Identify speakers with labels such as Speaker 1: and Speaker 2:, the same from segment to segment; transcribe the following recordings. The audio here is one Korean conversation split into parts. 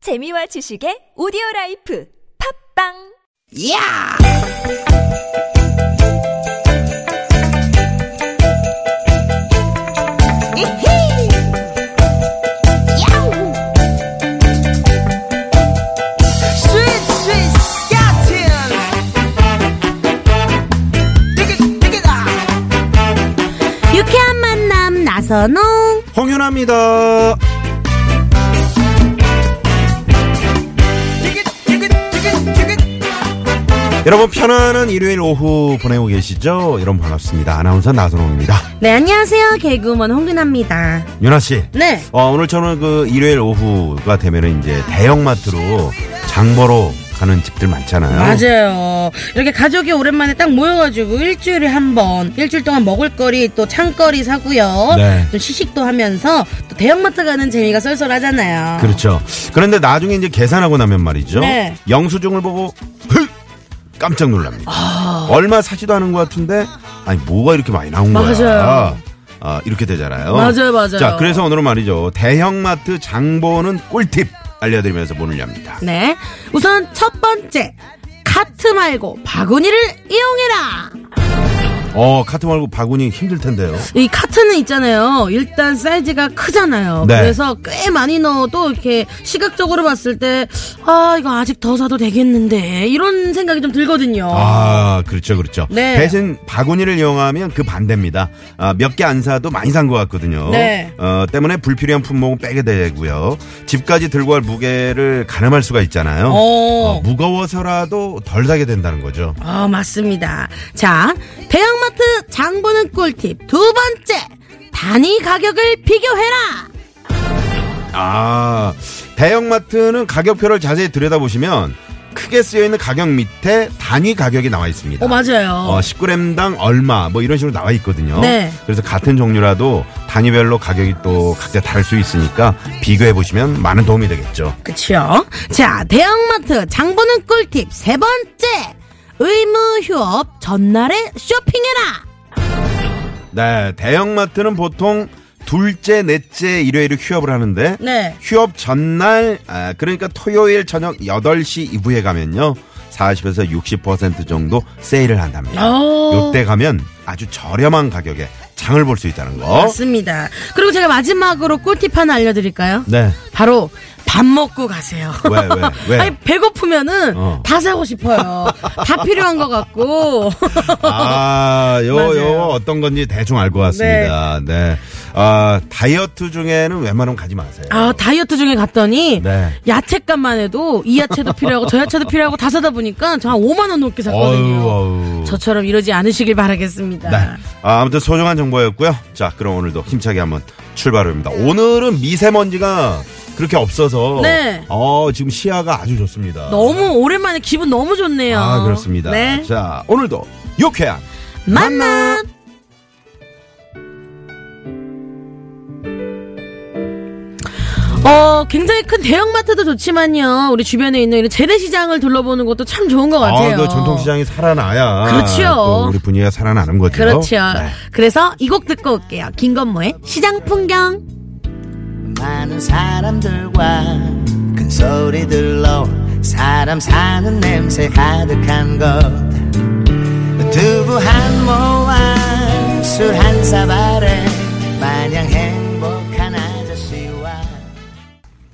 Speaker 1: 재미와 지식의 오디오 라이프 팝빵!
Speaker 2: 야! 이히! 야우! 스윗 스윗 스캇틴! 띠깃 띠깃아!
Speaker 3: 유쾌한 만남 나선홍
Speaker 4: 홍윤아입니다.
Speaker 2: 띠깃 띠깃 띠깃 띠깃
Speaker 4: 여러분 편안한 일요일 오후 보내고 계시죠? 여러분 반갑습니다. 아나운서 나선홍입니다.
Speaker 3: 네 안녕하세요 개그우먼 홍윤아입니다
Speaker 4: 윤아 씨.
Speaker 3: 네
Speaker 4: 어, 오늘 저는 그 일요일 오후가 되면은 이제 대형마트로 장 보러 가는 집들 많잖아요.
Speaker 3: 맞아요 이렇게 가족이 오랜만에 딱 모여가지고 일주일에 한 번 일주일 동안 먹을거리 또 창거리 사고요
Speaker 4: 네.
Speaker 3: 또 시식도 하면서 또 대형마트 가는 재미가 쏠쏠하잖아요
Speaker 4: 그렇죠. 그런데 나중에 이제 계산하고 나면 말이죠.
Speaker 3: 네.
Speaker 4: 영수증을 보고 헉! 깜짝 놀랍니다.
Speaker 3: 아.
Speaker 4: 얼마 사지도 않은 것 같은데 아니 뭐가 이렇게 많이 나온 거야.
Speaker 3: 맞아요.
Speaker 4: 아, 이렇게 되잖아요.
Speaker 3: 맞아요, 맞아요.
Speaker 4: 자, 그래서 오늘은 말이죠. 대형마트 장보는 꿀팁 알려드리면서 문을 엽니다.
Speaker 3: 네 우선 첫 번째 카트 말고 바구니를 이용해라
Speaker 4: 어, 카트 말고 바구니 힘들 텐데요.
Speaker 3: 이 카트는 있잖아요. 일단 사이즈가 크잖아요.
Speaker 4: 네.
Speaker 3: 그래서 꽤 많이 넣어도 이렇게 시각적으로 봤을 때, 아, 이거 아직 더 사도 되겠는데. 이런 생각이 좀 들거든요.
Speaker 4: 아, 그렇죠, 그렇죠.
Speaker 3: 어. 네.
Speaker 4: 대신 바구니를 이용하면 그 반대입니다. 아, 몇 개 안 사도 많이 산 것 같거든요.
Speaker 3: 네.
Speaker 4: 어, 때문에 불필요한 품목은 빼게 되고요. 집까지 들고 갈 무게를 가늠할 수가 있잖아요.
Speaker 3: 어.
Speaker 4: 어, 무거워서라도 덜 사게 된다는 거죠.
Speaker 3: 어, 맞습니다. 자, 대형마트 장보는 꿀팁 두 번째. 단위 가격을 비교해라.
Speaker 4: 아, 대형마트는 가격표를 자세히 들여다보시면 크게 쓰여 있는 가격 밑에 단위 가격이 나와 있습니다.
Speaker 3: 어, 맞아요.
Speaker 4: 어, 10g당 얼마 뭐 이런 식으로 나와 있거든요.
Speaker 3: 네.
Speaker 4: 그래서 같은 종류라도 단위별로 가격이 또 각자 다를 수 있으니까 비교해 보시면 많은 도움이 되겠죠.
Speaker 3: 그치요? 자, 대형마트 장보는 꿀팁 세 번째. 의무 휴업 전날에 쇼핑해라.
Speaker 4: 네, 대형마트는 보통 둘째, 넷째 일요일에 휴업을 하는데
Speaker 3: 네.
Speaker 4: 휴업 전날 아, 그러니까 토요일 저녁 8시 이후에 가면요. 40에서 60% 정도 세일을 한답니다.
Speaker 3: 오.
Speaker 4: 요때 가면 아주 저렴한 가격에 장을 볼 수 있다는 거.
Speaker 3: 맞습니다. 그리고 제가 마지막으로 꿀팁 하나 알려드릴까요?
Speaker 4: 네.
Speaker 3: 바로 밥 먹고 가세요.
Speaker 4: 왜, 왜, 왜?
Speaker 3: 아니 배고프면은
Speaker 4: 어.
Speaker 3: 다 사고 싶어요. 다 필요한 것 같고.
Speaker 4: 아, 요,
Speaker 3: 맞아요.
Speaker 4: 요, 어떤 건지 대충 알 것 같습니다. 네. 아, 다이어트 중에는 웬만하면 가지 마세요.
Speaker 3: 아 다이어트 중에 갔더니
Speaker 4: 네.
Speaker 3: 야채값만 해도 이 야채도 필요하고 저 야채도 필요하고 다 사다 보니까 저 한 5만 원 넘게 샀거든요.
Speaker 4: 어우, 어우.
Speaker 3: 저처럼 이러지 않으시길 바라겠습니다.
Speaker 4: 네. 아, 아무튼 소중한 정보였고요. 자, 그럼 오늘도 힘차게 한번 출발해봅니다. 오늘은 미세먼지가 그렇게 없어서.
Speaker 3: 네.
Speaker 4: 어, 지금 시야가 아주 좋습니다.
Speaker 3: 너무 오랜만에 기분 너무 좋네요.
Speaker 4: 아, 그렇습니다.
Speaker 3: 네.
Speaker 4: 자, 오늘도 유쾌한
Speaker 3: 만남. 어, 굉장히 큰 대형마트도 좋지만요. 우리 주변에 있는 이런 재래시장을 둘러보는 것도 참 좋은 것 같아요.
Speaker 4: 아, 그 전통시장이 살아나야.
Speaker 3: 그렇지요.
Speaker 4: 또 우리 분위기가 살아나는 거죠.
Speaker 3: 그렇죠.
Speaker 4: 네.
Speaker 3: 그래서 이 곡 듣고 올게요. 김건모의 시장 풍경.
Speaker 5: 많은 사람들과 큰 소리들로 사람 사는 냄새 가득한 곳 두부 한 모금 술 한 사발에 마냥 행복한 아저씨와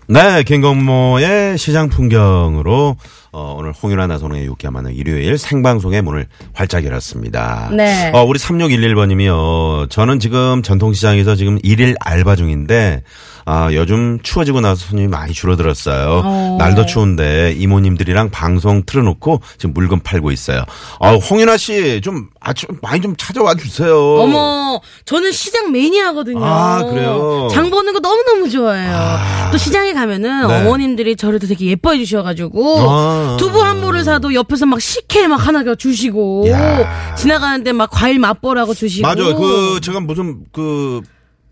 Speaker 4: 네, 김건모의 시장 풍경으로 어, 오늘 홍윤아 나선홍의 유쾌한 만남 일요일 생방송의 문을 활짝 열었습니다.
Speaker 3: 네.
Speaker 4: 어, 우리 3611번님이요. 저는 지금 전통시장에서 지금 일일 알바 중인데 아, 요즘 추워지고 나서 손님이 많이 줄어들었어요.
Speaker 3: 어.
Speaker 4: 날도 추운데 이모님들이랑 방송 틀어놓고 지금 물건 팔고 있어요. 어, 홍윤아 씨, 좀, 아, 좀 많이 좀 찾아와 주세요.
Speaker 3: 어머, 저는 시장 매니아거든요.
Speaker 4: 아, 그래요?
Speaker 3: 장 보는 거 너무너무 좋아해요.
Speaker 4: 아.
Speaker 3: 또 시장에 가면은
Speaker 4: 네.
Speaker 3: 어머님들이 저를 또 되게 예뻐해 주셔가지고
Speaker 4: 아.
Speaker 3: 두부 한 모를 사도 옆에서 막 식혜 막 하나 주시고
Speaker 4: 야.
Speaker 3: 예, 지나가는데 막 과일 맛보라고 주시고
Speaker 4: 맞아요. 그 제가 무슨 그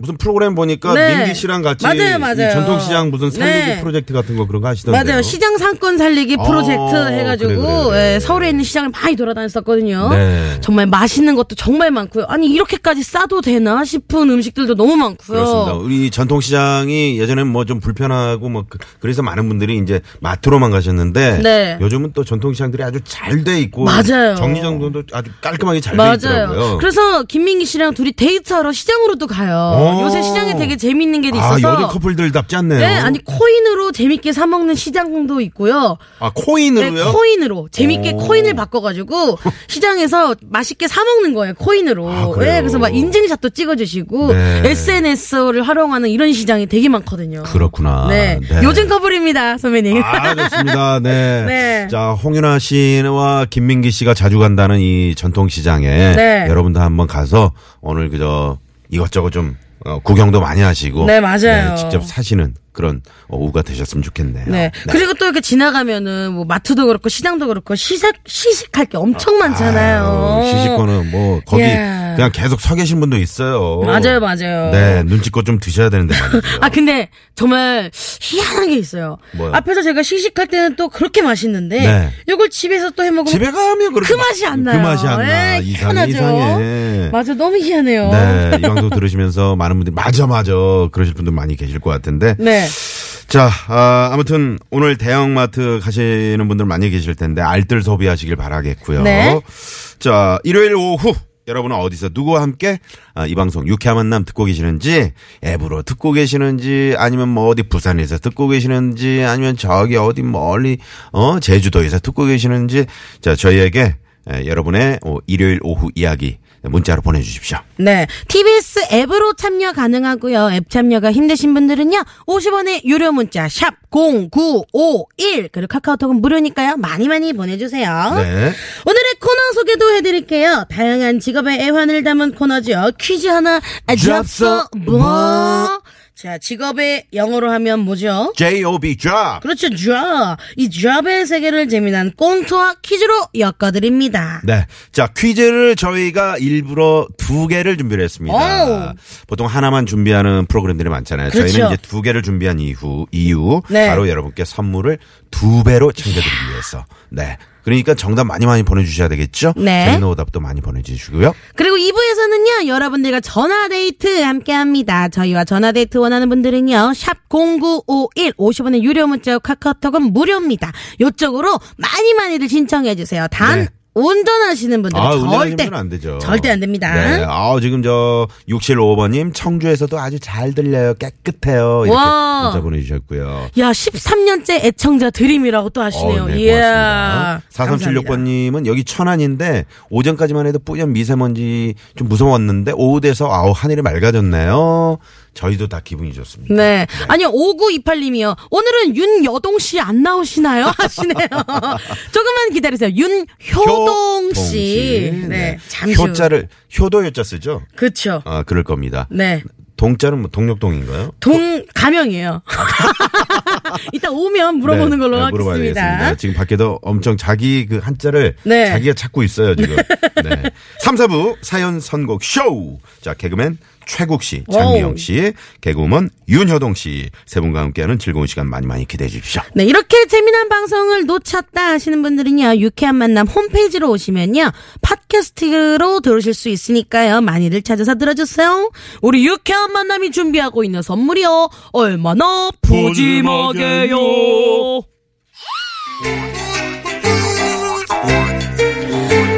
Speaker 4: 무슨 프로그램 보니까
Speaker 3: 네.
Speaker 4: 민기 씨랑 같이
Speaker 3: 맞아요, 맞아요.
Speaker 4: 이 전통시장 무슨 살리기
Speaker 3: 네.
Speaker 4: 프로젝트 같은 거 그런 거 하시던데요.
Speaker 3: 맞아요. 시장 상권 살리기
Speaker 4: 어,
Speaker 3: 프로젝트 해가지고
Speaker 4: 그래, 그래, 그래.
Speaker 3: 예, 서울에 있는 시장을 많이 돌아다녔었거든요.
Speaker 4: 네.
Speaker 3: 정말 맛있는 것도 정말 많고요. 아니 이렇게까지 싸도 되나 싶은 음식들도 너무 많고요.
Speaker 4: 그렇습니다. 우리 전통시장이 예전엔 뭐 좀 불편하고 뭐 그- 그래서 많은 분들이 이제 마트로만 가셨는데
Speaker 3: 네.
Speaker 4: 요즘은 또 전통시장들이 아주 잘 돼 있고
Speaker 3: 맞아요.
Speaker 4: 정리정돈도 아주 깔끔하게 잘 돼
Speaker 3: 맞아요.
Speaker 4: 있더라고요.
Speaker 3: 그래서 김민기 씨랑 둘이 데이트하러 시장으로도 가요.
Speaker 4: 오.
Speaker 3: 요새 시장에 되게 재밌는 게
Speaker 4: 아,
Speaker 3: 있어서.
Speaker 4: 여느 커플들답지 않네요.
Speaker 3: 네, 아니 코인으로 재밌게 사 먹는 시장도 있고요.
Speaker 4: 아,
Speaker 3: 네,
Speaker 4: 코인으로요?
Speaker 3: 코인으로 재밌게
Speaker 4: 오.
Speaker 3: 코인을 바꿔가지고 시장에서 맛있게 사 먹는 거예요 코인으로.
Speaker 4: 아, 그래요?
Speaker 3: 네, 그래서 막 인증샷도 찍어주시고
Speaker 4: 네.
Speaker 3: SNS를 활용하는 이런 시장이 되게 많거든요.
Speaker 4: 그렇구나.
Speaker 3: 네, 요즘 커플입니다 선배님.
Speaker 4: 아, 좋습니다. 네.
Speaker 3: 네.
Speaker 4: 자, 홍윤아 씨와 김민기 씨가 자주 간다는 이 전통시장에
Speaker 3: 네.
Speaker 4: 여러분도 한번 가서 오늘 그저 이것저것 좀 어, 구경도 많이 하시고
Speaker 3: 네, 맞아요.
Speaker 4: 직접 사시는 그런 오후가 되셨으면 좋겠네요.
Speaker 3: 네. 그리고 또 이렇게 지나가면은 뭐 마트도 그렇고 시장도 그렇고 시식 시식할 게 엄청 많잖아요.
Speaker 4: 아유, 아, 시식권은 뭐 거기
Speaker 3: 예.
Speaker 4: 그냥 계속 서 계신 분도 있어요.
Speaker 3: 맞아요, 맞아요.
Speaker 4: 네, 눈치껏 좀 드셔야 되는데 말이죠.
Speaker 3: 아 근데 정말 희한한 게 있어요.
Speaker 4: 뭐요?
Speaker 3: 앞에서 제가 시식할 때는 또 그렇게 맛있는데
Speaker 4: 네.
Speaker 3: 이걸 집에서 또 해 먹으면
Speaker 4: 집에 가면 그렇게
Speaker 3: 그 맛이 안
Speaker 4: 그
Speaker 3: 나요.
Speaker 4: 맛이 안 나.
Speaker 3: 예,
Speaker 4: 이상해
Speaker 3: 희한하죠.
Speaker 4: 이상해.
Speaker 3: 맞아 너무 희한해요.
Speaker 4: 네, 이 방송 들으시면서 많은 분들이 맞아 맞아 그러실 분들 많이 계실 것 같은데.
Speaker 3: 네.
Speaker 4: 자, 아, 아무튼 오늘 대형마트 가시는 분들 많이 계실 텐데 알뜰 소비하시길 바라겠고요.
Speaker 3: 네.
Speaker 4: 자, 일요일 오후 여러분은 어디서 누구와 함께 아, 이 방송 유쾌한 만남 듣고 계시는지 앱으로 듣고 계시는지 아니면 뭐 어디 부산에서 듣고 계시는지 아니면 저기 어디 멀리 어 제주도에서 듣고 계시는지 자 저희에게 에, 여러분의 어, 일요일 오후 이야기 문자로 보내주십시오.
Speaker 3: 네. TBS 앱으로 참여 가능하고요. 앱 참여가 힘드신 분들은요. 50원의 유료 문자 샵 0951 그리고 카카오톡은 무료니까요. 많이 많이 보내주세요.
Speaker 4: 네.
Speaker 3: 오늘의 코너 소개도 해드릴게요. 다양한 직업의 애환을 담은 코너죠. 퀴즈 하나 잡서 뭐? 자, 직업의 영어로 하면 뭐죠?
Speaker 4: J.O.B. 자.
Speaker 3: 그렇죠, job. 이 job의 세계를 재미난 꽁트와 퀴즈로 엮어드립니다.
Speaker 4: 네. 자, 퀴즈를 저희가 일부러 두 개를 준비를 했습니다.
Speaker 3: 오우.
Speaker 4: 보통 하나만 준비하는 프로그램들이 많잖아요. 저희는
Speaker 3: 그렇죠.
Speaker 4: 이제 두 개를 준비한 이후, 이후,
Speaker 3: 네.
Speaker 4: 바로 여러분께 선물을 두 배로 챙겨드리기 위해서. 네. 그러니까 정답 많이 많이 보내주셔야 되겠죠?
Speaker 3: 네.
Speaker 4: 재밌는 오답도 많이 보내주시고요.
Speaker 3: 그리고 2부에서는요, 여러분들과 전화데이트 함께 합니다. 저희와 전화데이트 원하는 분들은요, 샵0951, 50원의 유료 문자, 카카오톡은 무료입니다. 요쪽으로 많이 많이들 신청해주세요. 단,
Speaker 4: 네.
Speaker 3: 운전하시는 분들은
Speaker 4: 아,
Speaker 3: 절대,
Speaker 4: 절대 안 되죠.
Speaker 3: 절대 안 됩니다.
Speaker 4: 네. 아, 지금 저 6755번님 청주에서도 아주 잘 들려요. 깨끗해요. 이렇게
Speaker 3: 와.
Speaker 4: 문자 보내주셨고요.
Speaker 3: 야, 13년째 애청자 드림이라고 또 하시네요.
Speaker 4: 어, 네,
Speaker 3: 이야.
Speaker 4: 고맙습니다. 4376번님은 여기 천안인데 오전까지만 해도 뿌연 미세먼지 좀 무서웠는데 오후 돼서 아우 하늘이 맑아졌네요. 저희도 다 기분이 좋습니다.
Speaker 3: 네. 아니요, 5928님이요. 오늘은 윤여동 씨 안 나오시나요? 하시네요. 조금만 기다리세요. 윤효동 씨. 네. 잠시. 후.
Speaker 4: 효자를 효도 효자 쓰죠?
Speaker 3: 그쵸.
Speaker 4: 아 그럴 겁니다.
Speaker 3: 네.
Speaker 4: 동자는 뭐 동력동인가요?
Speaker 3: 동, 가명이에요. 이따 오면 물어보는
Speaker 4: 네,
Speaker 3: 걸로
Speaker 4: 네, 물어봐야
Speaker 3: 하겠습니다.
Speaker 4: 되겠습니다. 지금 밖에도 엄청 자기 그 한자를
Speaker 3: 네.
Speaker 4: 자기가 찾고 있어요 지금. 네. 3, 4부 사연 선곡 쇼. 자 개그맨 최국 씨, 장미영
Speaker 3: 와우.
Speaker 4: 씨, 개그우먼 윤효동 씨 세 분과 함께하는 즐거운 시간 많이 많이 기대해 주십시오.
Speaker 3: 네, 이렇게 재미난 방송을 놓쳤다 하시는 분들은요, 유쾌한 만남 홈페이지로 오시면요, 팟캐스트로 들으실 수 있으니까요, 많이들 찾아서 들어주세요. 우리 유쾌한 만남이 준비하고 있는 선물이요, 얼마나 푸짐하게요.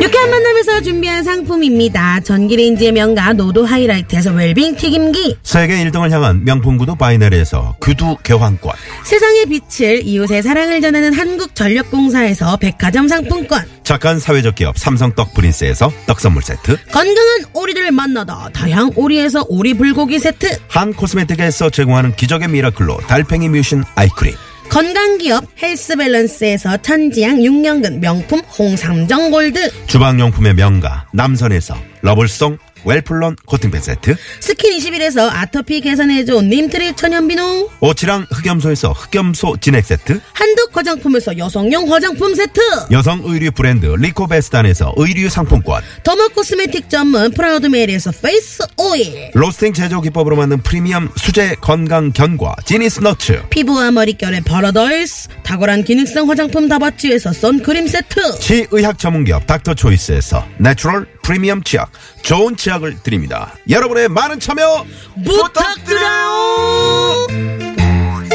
Speaker 3: 유쾌한 만남에서 준비한 상품입니다. 전기레인지의 명가 노도 하이라이트에서 웰빙 튀김기.
Speaker 4: 세계 1등을 향한 명품 구두 바이네리에서 구두 교환권.
Speaker 3: 세상의 빛을 이웃의 사랑을 전하는 한국전력공사에서 백화점 상품권
Speaker 4: 착한 사회적 기업 삼성 떡 프린스에서 떡 선물 세트.
Speaker 3: 건강한 오리를 만나다 다양 오리에서 오리 불고기 세트
Speaker 4: 한 코스메틱에서 제공하는 기적의 미라클로 달팽이 뮤신 아이크림.
Speaker 3: 건강기업 헬스밸런스에서 천지양 육년근 명품 홍삼정 골드
Speaker 4: 주방용품의 명가 남선에서 러블송 웰플론 코팅팬 세트
Speaker 3: 스킨 21에서 아토피 개선해줘 님트리 천연비누
Speaker 4: 오치랑 흑염소에서 흑염소 진액 세트
Speaker 3: 한독 화장품에서 여성용 화장품 세트
Speaker 4: 여성 의류 브랜드 리코베스탄에서 의류 상품권
Speaker 3: 더머 코스메틱 전문 프라우드메리에서 페이스 오일
Speaker 4: 로스팅 제조 기법으로 만든 프리미엄 수제 건강 견과 지니스 너츠
Speaker 3: 피부와 머릿결의 파라다이스 탁월한 기능성 화장품 다바찌에서 선크림 세트
Speaker 4: 치의학 전문기업 닥터초이스에서 내추럴 프리미엄 치약 좋은 치약을 드립니다 여러분의 많은 참여
Speaker 3: 부탁드려요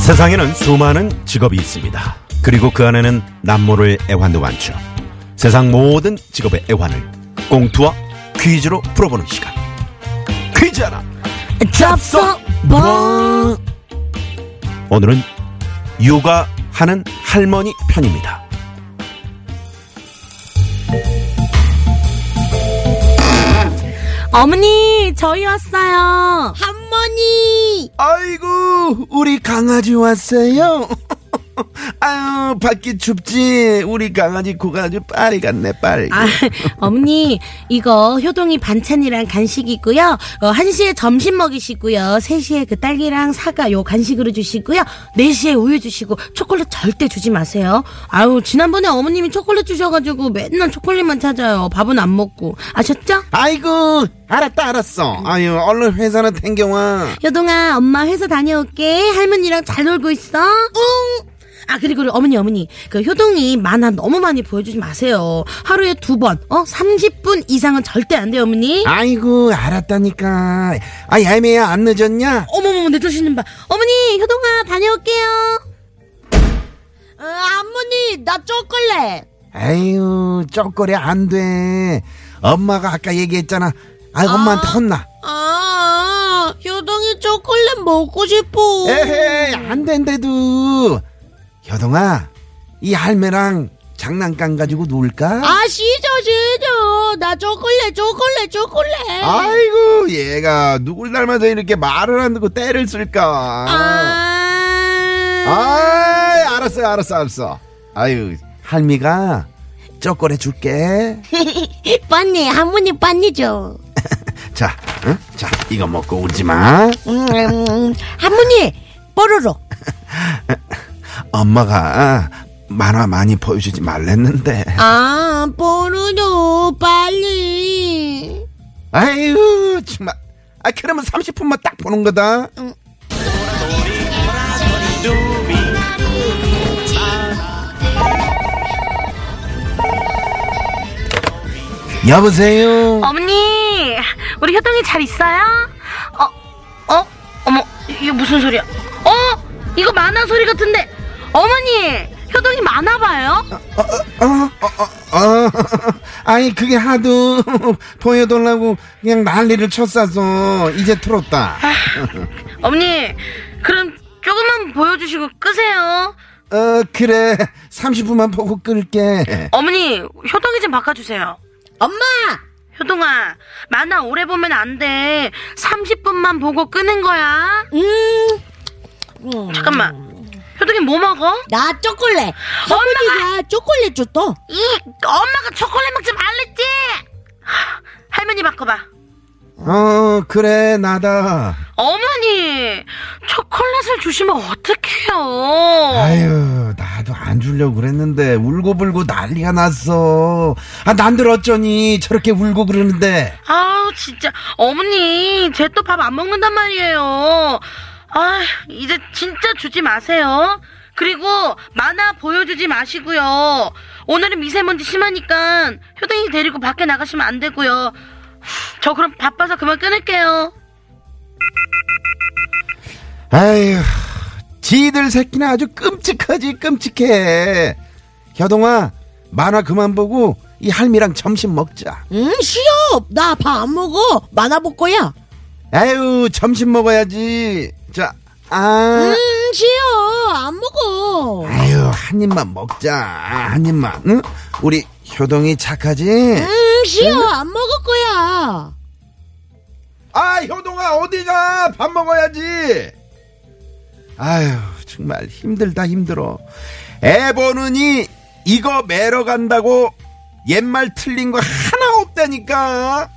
Speaker 4: 세상에는 수많은 직업이 있습니다 그리고 그 안에는 남모를 애환도 많죠 세상 모든 직업의 애환을 꽁투와 퀴즈로 풀어보는 시간 퀴즈 하나
Speaker 3: 잡서
Speaker 4: 어?
Speaker 3: 뭐
Speaker 4: 오늘은 육아하는 할머니 편입니다.
Speaker 3: 어머니 저희 왔어요 할머니
Speaker 4: 아이고 우리 강아지 왔어요. 아유 밖이 춥지 우리 강아지 코가 아주 빨리 갔네 빨리.
Speaker 3: 아, 어머니, 이거 효동이 반찬이랑 간식이고요. 어, 1시에 점심 먹이시고요. 3시에 그 딸기랑 사과 요 간식으로 주시고요. 4시에 우유 주시고 초콜릿 절대 주지 마세요. 아유, 지난번에 어머님이 초콜릿 주셔가지고 맨날 초콜릿만 찾아요. 밥은 안 먹고. 아셨죠?
Speaker 4: 아이고 알았다 알았어. 아유 얼른 회사는 탱겨와.
Speaker 3: 효동아, 엄마 회사 다녀올게. 할머니랑 잘 놀고 있어. 응. 아 그리고 우리 어머니 어머니 그 효동이 만화 너무 많이 보여주지 마세요 하루에 두번어 30분 이상은 절대 안 돼요 어머니
Speaker 4: 아이고 알았다니까. 아 얄미야 안 늦었냐?
Speaker 3: 어머머머 내 정신 봐 어머니 효동아 다녀올게요 어, 어머니 나 초콜릿
Speaker 4: 아유 쪼꼬리 안 돼. 엄마가 아까 얘기했잖아. 아 엄마한테 혼나.
Speaker 3: 아 효동이 초콜릿 먹고 싶어
Speaker 4: 에헤이 안 된대도 여동아 이 할매랑 장난감 가지고 놀까?
Speaker 3: 아 싫어 싫어 나 초콜릿 초콜릿 초콜릿
Speaker 4: 아이고 얘가 누굴 닮아서 이렇게 말을 안 듣고 때를 쓸까?
Speaker 3: 아.
Speaker 4: 아이 알았어 알았어 알았어 아유 할미가 쪼꼬레 줄게
Speaker 3: 빤니 할머니 빤니죠
Speaker 4: 자, 응? 자 이거 먹고 울지마
Speaker 3: 음, 할머니 뽀로로
Speaker 4: 엄마가 만화 많이 보여주지 말랬는데
Speaker 3: 아 뽀로로 빨리
Speaker 4: 아유 정말 아 그러면 30분만 딱 보는 거다 여보세요
Speaker 3: 어머니, 우리 효동이 잘 있어요? 어, 어? 어머, 이게 무슨 소리야? 어? 이거 만화 소리 같은데. 어머니, 효동이 만화 봐요?
Speaker 4: 어, 아니 그게 하도 보여달라고 그냥 난리를 쳤어서 이제 틀었다
Speaker 3: 어머니, 그럼 조금만 보여주시고 끄세요.
Speaker 4: 어 그래 30분만 보고 끌게
Speaker 3: 어머니, 효동이 좀 바꿔주세요. 엄마! 효동아, 만화 오래 보면 안 돼. 30분만 보고 끄는 거야. 잠깐만. 효동이 뭐 먹어?
Speaker 6: 음. 나 초콜릿.
Speaker 3: 엄마가
Speaker 6: 나 초콜릿 줬어.
Speaker 3: 이 엄마가 초콜릿 먹지 말랬지. 할머니 바꿔봐.
Speaker 4: 어 그래 나다
Speaker 3: 어머니 초콜릿을 주시면 어떡해요?
Speaker 4: 아유, 나도 안 주려고 그랬는데 울고불고 난리가 났어. 아, 난들 어쩌니 저렇게 울고 그러는데.
Speaker 3: 아우 진짜 어머니 쟤 또 밥 안 먹는단 말이에요. 아 이제 진짜 주지 마세요. 그리고 만화 보여주지 마시고요. 오늘은 미세먼지 심하니까 효댕이 데리고 밖에 나가시면 안 되고요. 저 그럼 바빠서 그만 끊을게요.
Speaker 4: 아유, 지들 새끼는 아주 끔찍하지 끔찍해. 여동아, 만화 그만 보고 이 할미랑 점심 먹자.
Speaker 6: 응, 싫어. 나 밥 안 먹어. 만화 볼 거야.
Speaker 4: 아유, 점심 먹어야지. 자,
Speaker 3: 음.
Speaker 4: 아,
Speaker 6: 응, 싫어. 안 먹어.
Speaker 4: 아유, 한 입만 먹자. 한 입만. 응? 우리 효동이 착하지?
Speaker 3: 음.
Speaker 6: 응, 싫어. 안 먹을 거야.
Speaker 4: 아 효동아 어디가 밥 먹어야지 아휴 정말 힘들다 힘들어 애 보느니 이거 매러 간다고 옛말 틀린 거 하나 없다니까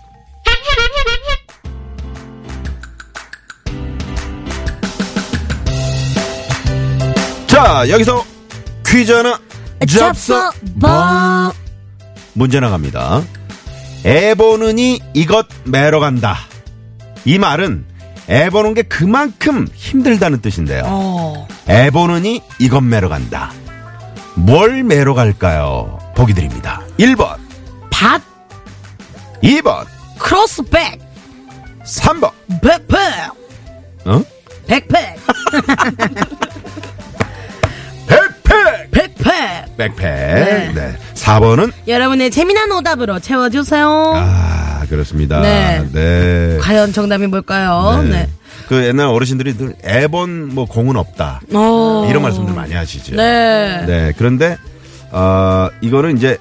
Speaker 4: 자 여기서 퀴즈 하나 잡서
Speaker 3: 뭐.
Speaker 4: 문제 나갑니다. 애 보느니 이것 매러 간다. 이 말은 애 보는 게 그만큼 힘들다는 뜻인데요.
Speaker 3: 어.
Speaker 4: 애 보느니 이것 매러 간다. 뭘 매러 갈까요? 보기 드립니다. 1번,
Speaker 3: 밭,
Speaker 4: 2번,
Speaker 3: 크로스백,
Speaker 4: 3번.
Speaker 3: 백팩,
Speaker 4: 어?
Speaker 3: 백팩,
Speaker 4: 백팩!
Speaker 3: 백팩.
Speaker 4: 백팩. 네. 4번은
Speaker 3: 여러분의 재미난 오답으로 채워주세요.
Speaker 4: 아, 그렇습니다.
Speaker 3: 네.
Speaker 4: 네.
Speaker 3: 과연 정답이 뭘까요? 네.
Speaker 4: 그 옛날 어르신들이 늘 애본 뭐 공은 없다.
Speaker 3: 어.
Speaker 4: 이런 말씀들 많이 하시죠.
Speaker 3: 네.
Speaker 4: 네, 그런데 어, 이거는 이제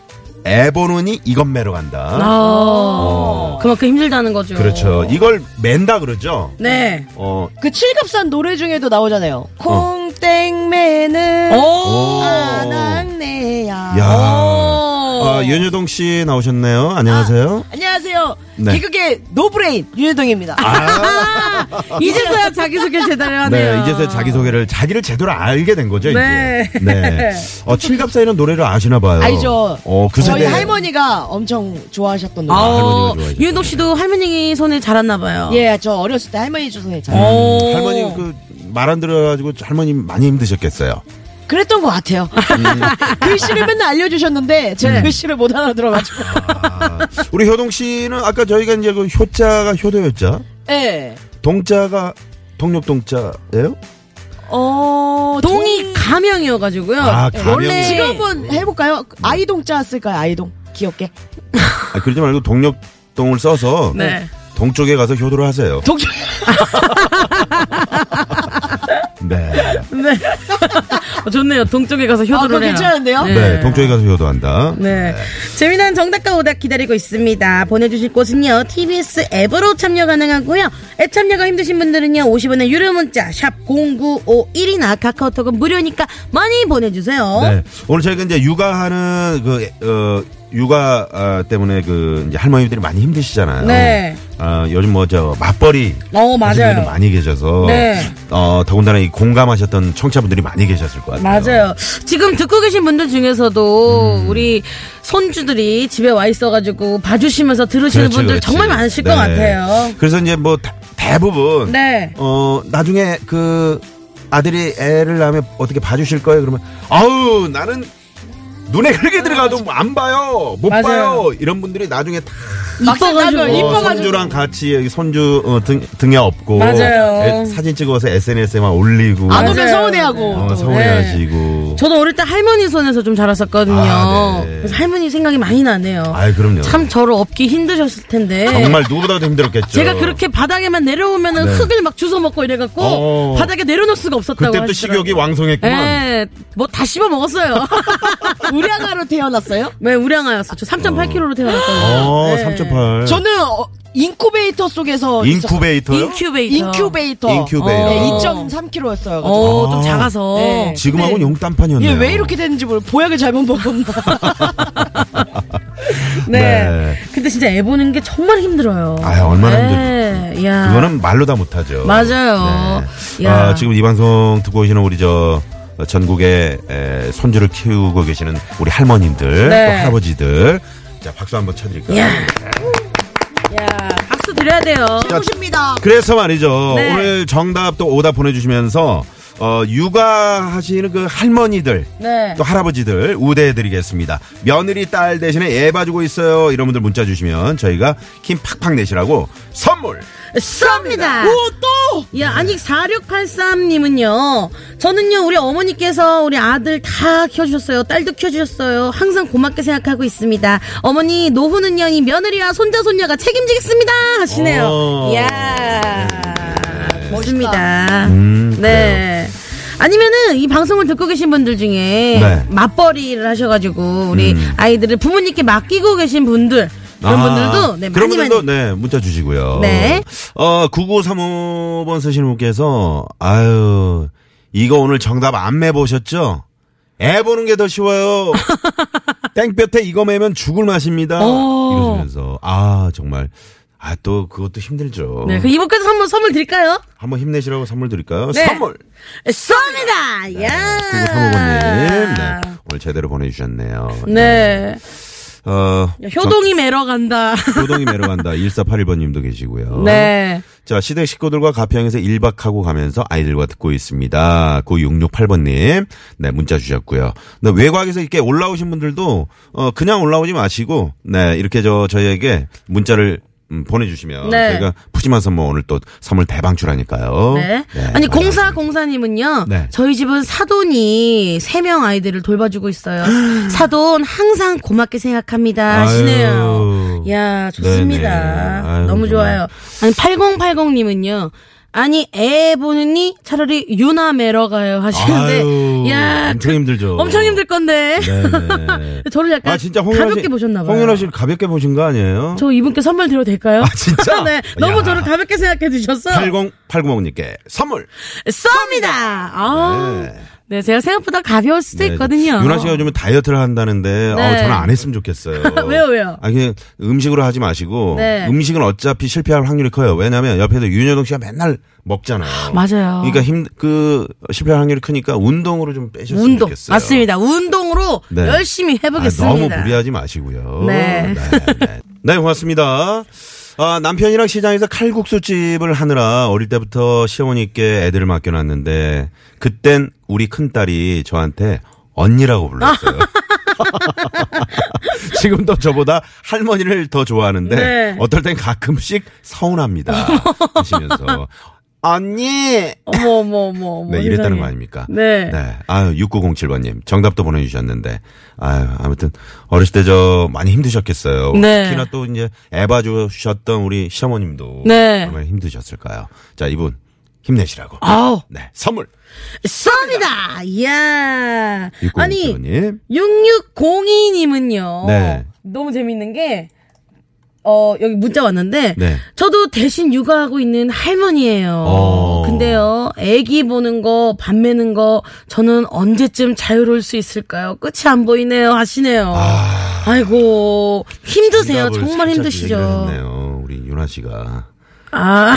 Speaker 4: 애 보느니 이것 매러
Speaker 3: 아.
Speaker 4: 간다.
Speaker 3: 어. 그만큼 힘들다는 거죠.
Speaker 4: 그렇죠. 이걸 맨다 그러죠.
Speaker 3: 네.
Speaker 4: 어,
Speaker 6: 그 칠갑산 노래 중에도 나오잖아요. 콩땡매는
Speaker 3: 오.
Speaker 6: 아낙네야.
Speaker 4: 야.
Speaker 3: 아, 오.
Speaker 4: 아, 연효동 씨 나오셨네요. 안녕하세요.
Speaker 6: 안녕하세요.
Speaker 4: 네.
Speaker 6: 개그계 노브레인 유해동입니다.
Speaker 4: 아.
Speaker 3: 이제서야 자기소개 제대로 하네요.
Speaker 4: 네, 이제서야 자기 소개를 자기를 제대로 알게 된 거죠,
Speaker 3: 아. 네.
Speaker 4: 이제. 네. 어, 칠갑사이는 노래를 아시나 봐요.
Speaker 6: 알죠.
Speaker 4: 어, 그
Speaker 6: 저희
Speaker 4: 세대.
Speaker 6: 할머니가 엄청 좋아하셨던 노래.
Speaker 3: 어,
Speaker 4: 할머니가 좋아하시죠.
Speaker 3: 유동 씨도 할머니 손에 자랐나 봐요.
Speaker 6: 예, 저 어렸을 때 할머니 주소에 잘.
Speaker 3: 오.
Speaker 4: 음, 할머니 그 말 안 들어가지고 할머니 많이 힘드셨겠어요.
Speaker 6: 그랬던 것 같아요. 글씨를 맨날 알려주셨는데 제가 글씨를 못 알아들어가지고.
Speaker 4: 우리 효동 씨는 아까 저희가 이제 그 효자가 효도효자,
Speaker 6: 예.
Speaker 4: 동자가 동력동자예요?
Speaker 6: 어
Speaker 3: 동이 가명이어가지고요. 예.
Speaker 4: 아, 가명.
Speaker 6: 동-
Speaker 3: 원래
Speaker 6: 직업은 해볼까요? 아이동자 쓸까요? 아이동 귀엽게.
Speaker 4: 아, 그러지 말고 동력동을 써서
Speaker 3: 네.
Speaker 4: 동쪽에 가서 효도를 하세요.
Speaker 6: 동자.
Speaker 4: 네.
Speaker 3: 어, 좋네요. 동쪽에 가서
Speaker 6: 아, 그거
Speaker 3: 효도를 해요.
Speaker 6: 괜찮은데요?
Speaker 4: 네. 동쪽에 가서 효도한다.
Speaker 3: 네. 재미난 정답과 오답 기다리고 있습니다. 보내주실 곳은요, TBS 앱으로 참여 가능하고요. 앱 참여가 힘드신 분들은요, 50원의 유료 문자, 샵0951이나 카카오톡은 무료니까 많이 보내주세요.
Speaker 4: 네. 오늘 저희가 이제 육아하는 그, 어, 육아 아, 때문에 그 이제 할머니들이 많이 힘드시잖아요.
Speaker 3: 네.
Speaker 4: 아, 요즘 뭐 저 맞벌이
Speaker 3: 어,
Speaker 4: 하시는 분들
Speaker 3: 맞아요.
Speaker 4: 많이 계셔서
Speaker 3: 네.
Speaker 4: 어, 더군다나 이 공감하셨던 청취자분들이 많이 계셨을 것 같아요.
Speaker 3: 맞아요. 지금 듣고 계신 분들 중에서도
Speaker 4: 음.
Speaker 3: 우리 손주들이 집에 와 있어가지고 봐주시면서 들으시는
Speaker 4: 그렇지,
Speaker 3: 분들
Speaker 4: 그렇지.
Speaker 3: 정말 많으실
Speaker 4: 네.
Speaker 3: 것 같아요.
Speaker 4: 그래서 이제 뭐 다- 대부분
Speaker 3: 네.
Speaker 4: 어 나중에 그 아들이 애를 낳으면 어떻게 봐주실 거예요? 그러면 아우 나는 눈에 그렇게 들어가도 뭐안 봐요, 못
Speaker 3: 맞아요.
Speaker 4: 봐요. 이런 분들이 나중에 다
Speaker 6: 막상
Speaker 3: 이뻐가지고.
Speaker 6: 나면
Speaker 4: 어,
Speaker 6: 이뻐가지고.
Speaker 4: 손주랑 같이 여기 손주 어, 등, 등에 업고
Speaker 3: 맞아요.
Speaker 4: 애- 사진 찍어서 SNS에만 올리고
Speaker 3: 맞아요.
Speaker 6: 안
Speaker 3: 네.
Speaker 6: 오면 서운해하고. 네.
Speaker 4: 어,
Speaker 6: 또.
Speaker 4: 서운해하시고
Speaker 3: 저도 어릴 때 할머니 손에서 좀 자랐었거든요.
Speaker 4: 아, 네.
Speaker 3: 그래서 할머니 생각이 많이 나네요.
Speaker 4: 아이 그럼요.
Speaker 3: 참 저를 업기 힘드셨을 텐데.
Speaker 4: 정말 누구보다도 힘들었겠죠.
Speaker 3: 제가 그렇게 바닥에만 내려오면 은
Speaker 4: 네.
Speaker 3: 흙을 막 주워 먹고 이래갖고
Speaker 4: 어.
Speaker 3: 바닥에 내려놓을 수가 없었다고
Speaker 4: 그때부터 식욕이 왕성했구만.
Speaker 3: 예, 뭐 다 씹어 먹었어요.
Speaker 6: 우량아로 태어났어요?
Speaker 3: 왜 우량아였어? 저 3.8kg로 태어났거든요.
Speaker 4: 어,
Speaker 3: 네.
Speaker 4: 3.8.
Speaker 6: 저는 어, 인큐베이터 속에서
Speaker 4: 인큐베이터요?
Speaker 3: 인큐베이터.
Speaker 6: 인큐베이터.
Speaker 4: 인큐베이터.
Speaker 6: 네,
Speaker 3: 어.
Speaker 6: 2.3kg였어요.
Speaker 3: 어, 좀
Speaker 4: 아.
Speaker 3: 작아서.
Speaker 6: 네.
Speaker 4: 지금하고는
Speaker 6: 근데
Speaker 4: 용딴판이었네요.
Speaker 6: 얘왜 이렇게 됐는지 모르. 보약을 잘못 먹었나.
Speaker 3: 네.
Speaker 4: 네.
Speaker 3: 근데 진짜 애 보는 게 정말 힘들어요.
Speaker 4: 아유, 얼마나
Speaker 3: 힘들지. 네, 야.
Speaker 4: 그거는 말로 다 못하죠.
Speaker 3: 맞아요.
Speaker 4: 네.
Speaker 3: 야.
Speaker 4: 아, 지금 이 방송 듣고 계시는 우리 저 전국에 에, 손주를 키우고 계시는 우리 할머님들,
Speaker 3: 네.
Speaker 4: 또 할아버지들. 자, 박수 한번 쳐드릴까요?
Speaker 3: 야. 야, 박수 드려야 돼요.
Speaker 6: 보십니다.
Speaker 4: 그래서 말이죠.
Speaker 3: 네.
Speaker 4: 오늘 정답 또 오답 보내주시면서 어, 육아하시는 그 할머니들
Speaker 3: 네.
Speaker 4: 또 할아버지들 우대해드리겠습니다. 며느리 딸 대신에 애 봐주고 있어요. 이런 분들 문자 주시면 저희가 힘 팍팍 내시라고 선물
Speaker 3: 쏩니다.
Speaker 6: 오 또.
Speaker 3: 야, 아니, 4683님은요, 저는요, 우리 어머니께서 우리 아들 다 키워주셨어요. 딸도 키워주셨어요. 항상 고맙게 생각하고 있습니다. 어머니, 노후는요, 이 며느리와 손자, 손녀가 책임지겠습니다.
Speaker 4: 어.
Speaker 3: 하시네요.
Speaker 4: 오. 음,
Speaker 3: 이야. 좋습니다. 네. 아니면은 이 방송을 듣고 계신 분들 중에
Speaker 4: 네. 음.
Speaker 3: 맞벌이를 하셔가지고 우리 아이들을 부모님께 맡기고 계신 분들 그런
Speaker 4: 아,
Speaker 3: 분들도 네,
Speaker 4: 그런
Speaker 3: 많이 많이
Speaker 4: 분들도 네 문자 주시고요.
Speaker 3: 네.
Speaker 4: 어 9935번 쓰시는 분께서 아유 이거 오늘 정답 안 매보셨죠? 애 보는 게 더 쉬워요. 땡볕에 이거 매면 죽을 맛입니다.
Speaker 3: 어. 오.
Speaker 4: 이러시면서 아 정말 아 또 그것도 힘들죠.
Speaker 3: 네, 그 이분께서 한번 선물 드릴까요?
Speaker 4: 한번 힘내시라고 선물 드릴까요?
Speaker 3: 네. 아.
Speaker 4: 선물.
Speaker 3: 쏩니다!
Speaker 4: 네, 구구삼오번님
Speaker 3: 야!
Speaker 4: 네, 오늘 제대로 보내주셨네요.
Speaker 3: 네.
Speaker 4: 어
Speaker 3: 야, 효동이 매러 간다.
Speaker 4: 저- 효동이 내려간다. 1481번님도 계시고요.
Speaker 3: 네.
Speaker 4: 자, 시댁 식구들과 가평에서 1박하고 가면서 아이들과 듣고 있습니다. 9668번님. 네, 문자 주셨고요. 네, 외곽에서 이렇게 올라오신 분들도, 어, 그냥 올라오지 마시고, 네, 이렇게 저, 저희에게 문자를 음, 보내주시면
Speaker 3: 네.
Speaker 4: 저희가 푸짐한 선물 오늘 또 선물 대방출하니까요.
Speaker 3: 네. 아니,
Speaker 4: 많이
Speaker 3: 공사
Speaker 4: 많이
Speaker 3: 공사님은요.
Speaker 4: 어? 네.
Speaker 3: 저희 집은 사돈이 세 명 아이들을 돌봐주고 있어요. 사돈 항상 고맙게 생각합니다.
Speaker 4: 아유.
Speaker 3: 하시네요. 야 좋습니다.
Speaker 4: 네네. 아유,
Speaker 3: 너무
Speaker 4: 정말.
Speaker 3: 좋아요. 아니 8080님은요. 아니 애 보느니 차라리 유나 매러 가요 하시는데
Speaker 4: 아유,
Speaker 3: 야그
Speaker 4: 엄청 힘들죠.
Speaker 3: 엄청 힘들 건데
Speaker 4: 네네.
Speaker 3: 저를 약간
Speaker 4: 아, 진짜 홍윤아 씨.
Speaker 3: 가볍게 보셨나 봐요.
Speaker 4: 홍윤아 씨 가볍게 보신 거 아니에요?
Speaker 3: 저 이분께 선물 드려도 될까요?
Speaker 4: 아, 진짜?
Speaker 3: 네, 너무
Speaker 4: 야.
Speaker 3: 저를 가볍게 생각해 주셔서
Speaker 4: 8080님께 선물!
Speaker 3: 쏩니다. 아, 네.
Speaker 4: 네.
Speaker 3: 제가 생각보다 가벼울 수도
Speaker 4: 네,
Speaker 3: 있거든요.
Speaker 4: 유나 씨가 요즘에 다이어트를 한다는데
Speaker 3: 네.
Speaker 4: 어, 저는 안 했으면 좋겠어요.
Speaker 3: 왜요, 왜요?
Speaker 4: 아니 그냥 음식으로 하지 마시고
Speaker 3: 네.
Speaker 4: 음식은 어차피 실패할 확률이 커요. 왜냐하면 옆에도 윤여동 씨가 맨날 먹잖아요.
Speaker 3: 맞아요.
Speaker 4: 그러니까 힘 그 실패할 확률이 크니까 운동으로 좀 빼셨으면
Speaker 3: 운동
Speaker 4: 좋겠어요.
Speaker 3: 맞습니다. 운동으로
Speaker 4: 네.
Speaker 3: 열심히 해보겠습니다.
Speaker 4: 아, 너무 무리하지 마시고요.
Speaker 3: 네.
Speaker 4: 네, 네, 고맙습니다. 아, 남편이랑 시장에서 칼국수집을 하느라 어릴 때부터 시어머니께 애들을 맡겨놨는데 그땐 우리 큰딸이 저한테 언니라고 불렀어요. 지금도 저보다 할머니를 더 좋아하는데
Speaker 3: 네.
Speaker 4: 어떨 땐 가끔씩 서운합니다. 하시면서 언니
Speaker 3: 어머 어머 어머. 어머,
Speaker 4: 네, 이랬다는
Speaker 3: 세상에.
Speaker 4: 거 아닙니까?
Speaker 3: 뭐 네.
Speaker 4: 아유, 6907번님. 정답도 보내주셨는데. 아유, 아무튼, 어렸을 때 저 많이 힘드셨겠어요.
Speaker 3: 네.
Speaker 4: 특히나 또 이제 에바 주셨던 우리 시어머님도.
Speaker 3: 네.
Speaker 4: 얼마나 힘드셨을까요? 자, 이분, 힘내시라고.
Speaker 3: 아우
Speaker 4: 네, 선물!
Speaker 3: 쏩니다. 이야.
Speaker 4: 6907번님.
Speaker 3: 6602님은요.
Speaker 4: 네.
Speaker 3: 너무 재밌는 게, 어, 여기 문자 왔는데,
Speaker 4: 네.
Speaker 3: 저도 대신 육아하고 있는 할머니예요.
Speaker 4: 어.
Speaker 3: 근데요, 애기 보는 거, 밥 매는 거, 저는 언제쯤 자유로울 수 있을까요? 끝이 안 보이네요. 하시네요.
Speaker 4: 아.
Speaker 3: 이고 힘드세요.
Speaker 4: 정답을
Speaker 3: 정말
Speaker 4: 살짝 얘기를
Speaker 3: 힘드시죠.
Speaker 4: 했네요, 우리 윤아 씨가.
Speaker 3: 아. 아,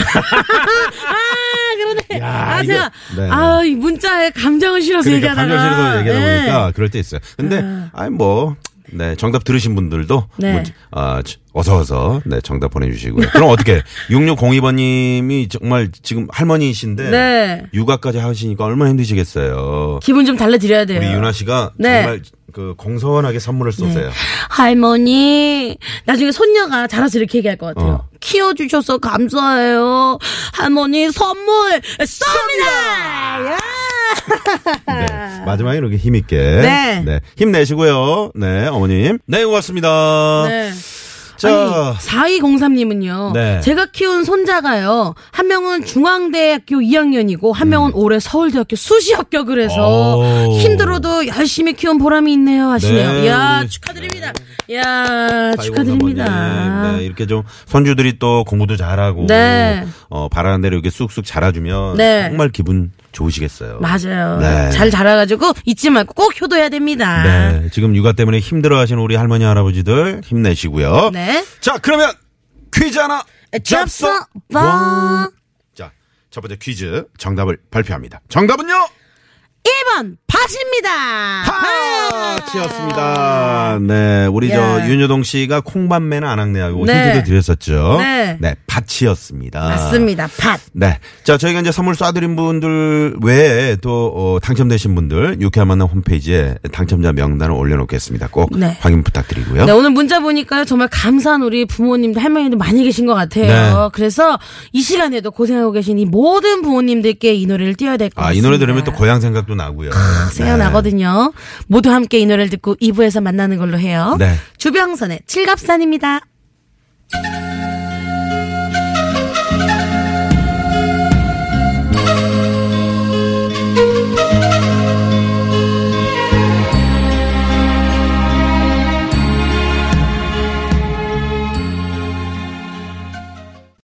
Speaker 3: 그러네.
Speaker 4: 야,
Speaker 3: 아,
Speaker 4: 이거-
Speaker 3: 제가,
Speaker 4: 네.
Speaker 3: 아, 이 문자에 감정을 실어서
Speaker 4: 그러니까
Speaker 3: 얘기하다가.
Speaker 4: 방면실에서 얘기하다
Speaker 3: 네.
Speaker 4: 보니까 그럴 때 있어요. 근데 아니 뭐. 네, 정답 들으신 분들도
Speaker 3: 네.
Speaker 4: 문자- 아, 저- 어서 어서 네, 정답 보내 주시고요. 그럼 어떻게 6602번 님이 정말 지금 할머니이신데
Speaker 3: 네.
Speaker 4: 육아까지 하시니까 얼마나 힘드시겠어요.
Speaker 3: 기분 좀 달래드려야 돼요.
Speaker 4: 우리 윤아 씨가
Speaker 3: 네.
Speaker 4: 정말 그 공손하게 선물을 쏘세요.
Speaker 3: 할머니, 나중에 손녀가 자라서 이렇게 얘기할 것 같아요.
Speaker 4: 어.
Speaker 3: 키워주셔서 감사해요. 할머니 선물 쏩니다! 야!
Speaker 4: 네. 마지막에 이렇게 힘있게.
Speaker 3: 아. 네.
Speaker 4: 힘내시고요. 네, 어머님. 네, 고맙습니다.
Speaker 3: 네.
Speaker 4: 자.
Speaker 3: 아니, 4203님은요.
Speaker 4: 아, 네.
Speaker 3: 제가 키운 손자가요. 한 명은 중앙대학교 2학년이고 한 명은 올해 서울대학교 수시 합격을 해서
Speaker 4: 음. 오.
Speaker 3: 힘들어도 열심히 키운 보람이 있네요 하시네요.
Speaker 4: 네,
Speaker 3: 이야
Speaker 4: 우리-
Speaker 3: 축하드립니다. 이야
Speaker 4: 아이고,
Speaker 3: 축하드립니다.
Speaker 4: 어머님. 네, 이렇게 좀 손주들이 또 공부도 잘하고
Speaker 3: 네.
Speaker 4: 어, 바라는 대로 이렇게 쑥쑥 자라주면
Speaker 3: 네.
Speaker 4: 정말 기분 좋으시겠어요.
Speaker 3: 맞아요.
Speaker 4: 네.
Speaker 3: 잘 자라가지고 잊지 말고 꼭 효도해야 됩니다.
Speaker 4: 네, 지금 육아 때문에 힘들어하시는 우리 할머니 할아버지들 힘내시고요.
Speaker 3: 네.
Speaker 4: 자, 그러면 퀴즈 하나
Speaker 3: 접수
Speaker 4: 잡서.
Speaker 3: 봐.
Speaker 4: 자, 첫 번째 퀴즈 정답을 발표합니다. 정답은요.
Speaker 3: 1번 밭입니다.
Speaker 4: 아, 치였습니다. 네, 우리
Speaker 3: 야.
Speaker 4: 저 윤여동 씨가 콩밤매는 안학내하고
Speaker 3: 예. 네.
Speaker 4: 힌트도 드렸었죠.
Speaker 3: 네.
Speaker 4: 네, 밭이었습니다.
Speaker 3: 맞습니다. 밭.
Speaker 4: 네. 자, 저희가 이제 선물 쏴드린 분들 외에 또, 어, 당첨되신 분들, 유쾌한 만남 홈페이지에 당첨자 명단을 올려놓겠습니다. 꼭
Speaker 3: 네.
Speaker 4: 확인 부탁드리고요.
Speaker 3: 네, 오늘 문자 보니까요, 정말 감사한 우리 부모님들, 할머니들 많이 계신 것 같아요.
Speaker 4: 네.
Speaker 3: 그래서 이 시간에도 고생하고 계신 이 모든 부모님들께 이 노래를 띄워야 될 것 같습니다. 아,
Speaker 4: 아, 이 노래 들으면 또 고향 네. 생각도 나고요.
Speaker 3: 생각나거든요. 모두 함께 이 노래를 듣고 2부에서 만나는 걸로 해요.
Speaker 4: 네.
Speaker 3: 주병선의 칠갑산입니다.